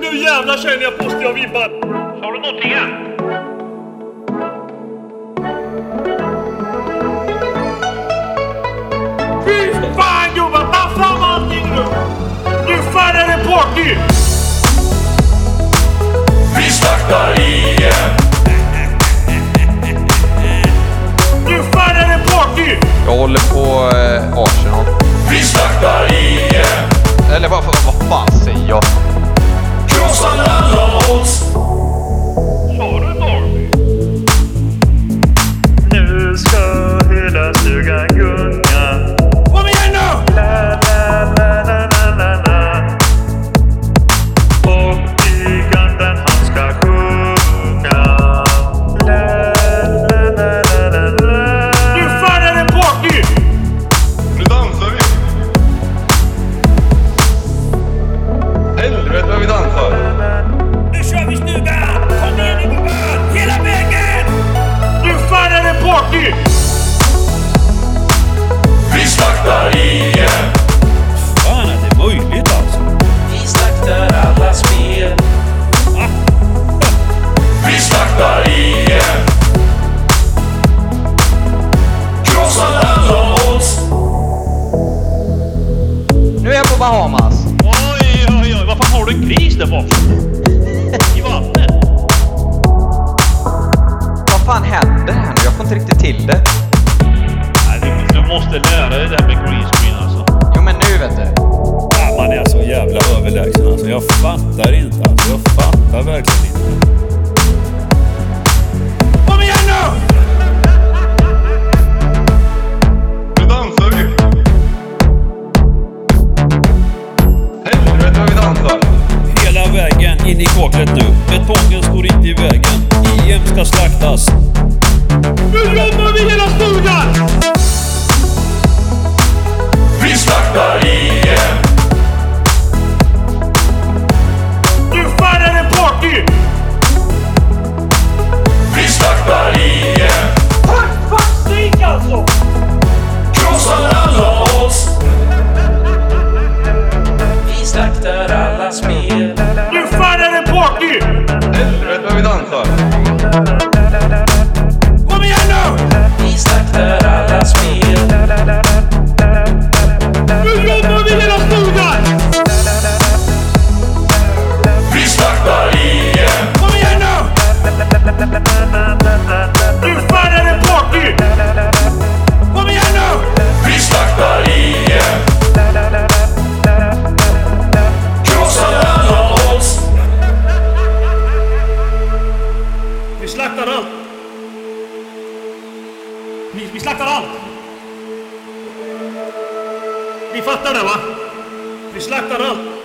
nu jävlar känner jag posten jag vibbar! Har du någonting hänt? Fy fan gubbar! Ta fram allting nu! Nu fan är det party! Vi startar igen! Nu fan är det party! Jag håller på eh, Arsenal. Vi startar igen! Eller vad, vad, vad fan säger jag? Krossar alla odds! Sa du Norrby? Nu ska hela stugan gunga. Kom igen nu! La, la, la, la, la, la, la. Och giganten han ska sjunga. La, la, la, la, la, la. Nu fan är det party! Nu dansar vi! Helvete vad vi dansar! Nu kör vi stugan! Kom igen nu gubbar! Hela vägen! Nu fan är det party! Vi startar igen! Fan att det är möjligt alltså. Vi slaktar alla spel! Vi slaktar igen! Krossar alla odds! Nu är jag på Bahamas. Oj, oj, oj. Vad fan har du en gris där bak? I vattnet? Vad fan händer här nu? Jag får inte riktigt till det. Nej, du, du måste lära dig det här med green screen alltså. Jo men nu vet du. Ja, man är så jävla överlägsen alltså. Jag fattar inte alltså. Jag fattar verkligen inte. Kom igen nu! Nu dansar vi! Helvete vad vi dansar! Hela vägen in i kaklet nu. Betongen står inte i vägen. IM ska slaktas. Nu jobbar vi hela stugan! Vi slaktar igen! Nu fan är det party! Vi slaktar igen! Tack fasiken alltså! Krossar alla odds! Vi slaktar alla spel! Nu fan är det party! Helvete vad vi dansar! Kom igen nu! Vi slaktar alla spel! Nu jobbar vi hela stugan! Vi slaktar igen! Kom igen nu! Nu fan är det party! Kom igen nu! Vi slaktar igen! Krossar alla odds! Vi slaktar allt! Vi, vi slaktar allt! Ni fattar det va? Vi slaktar allt!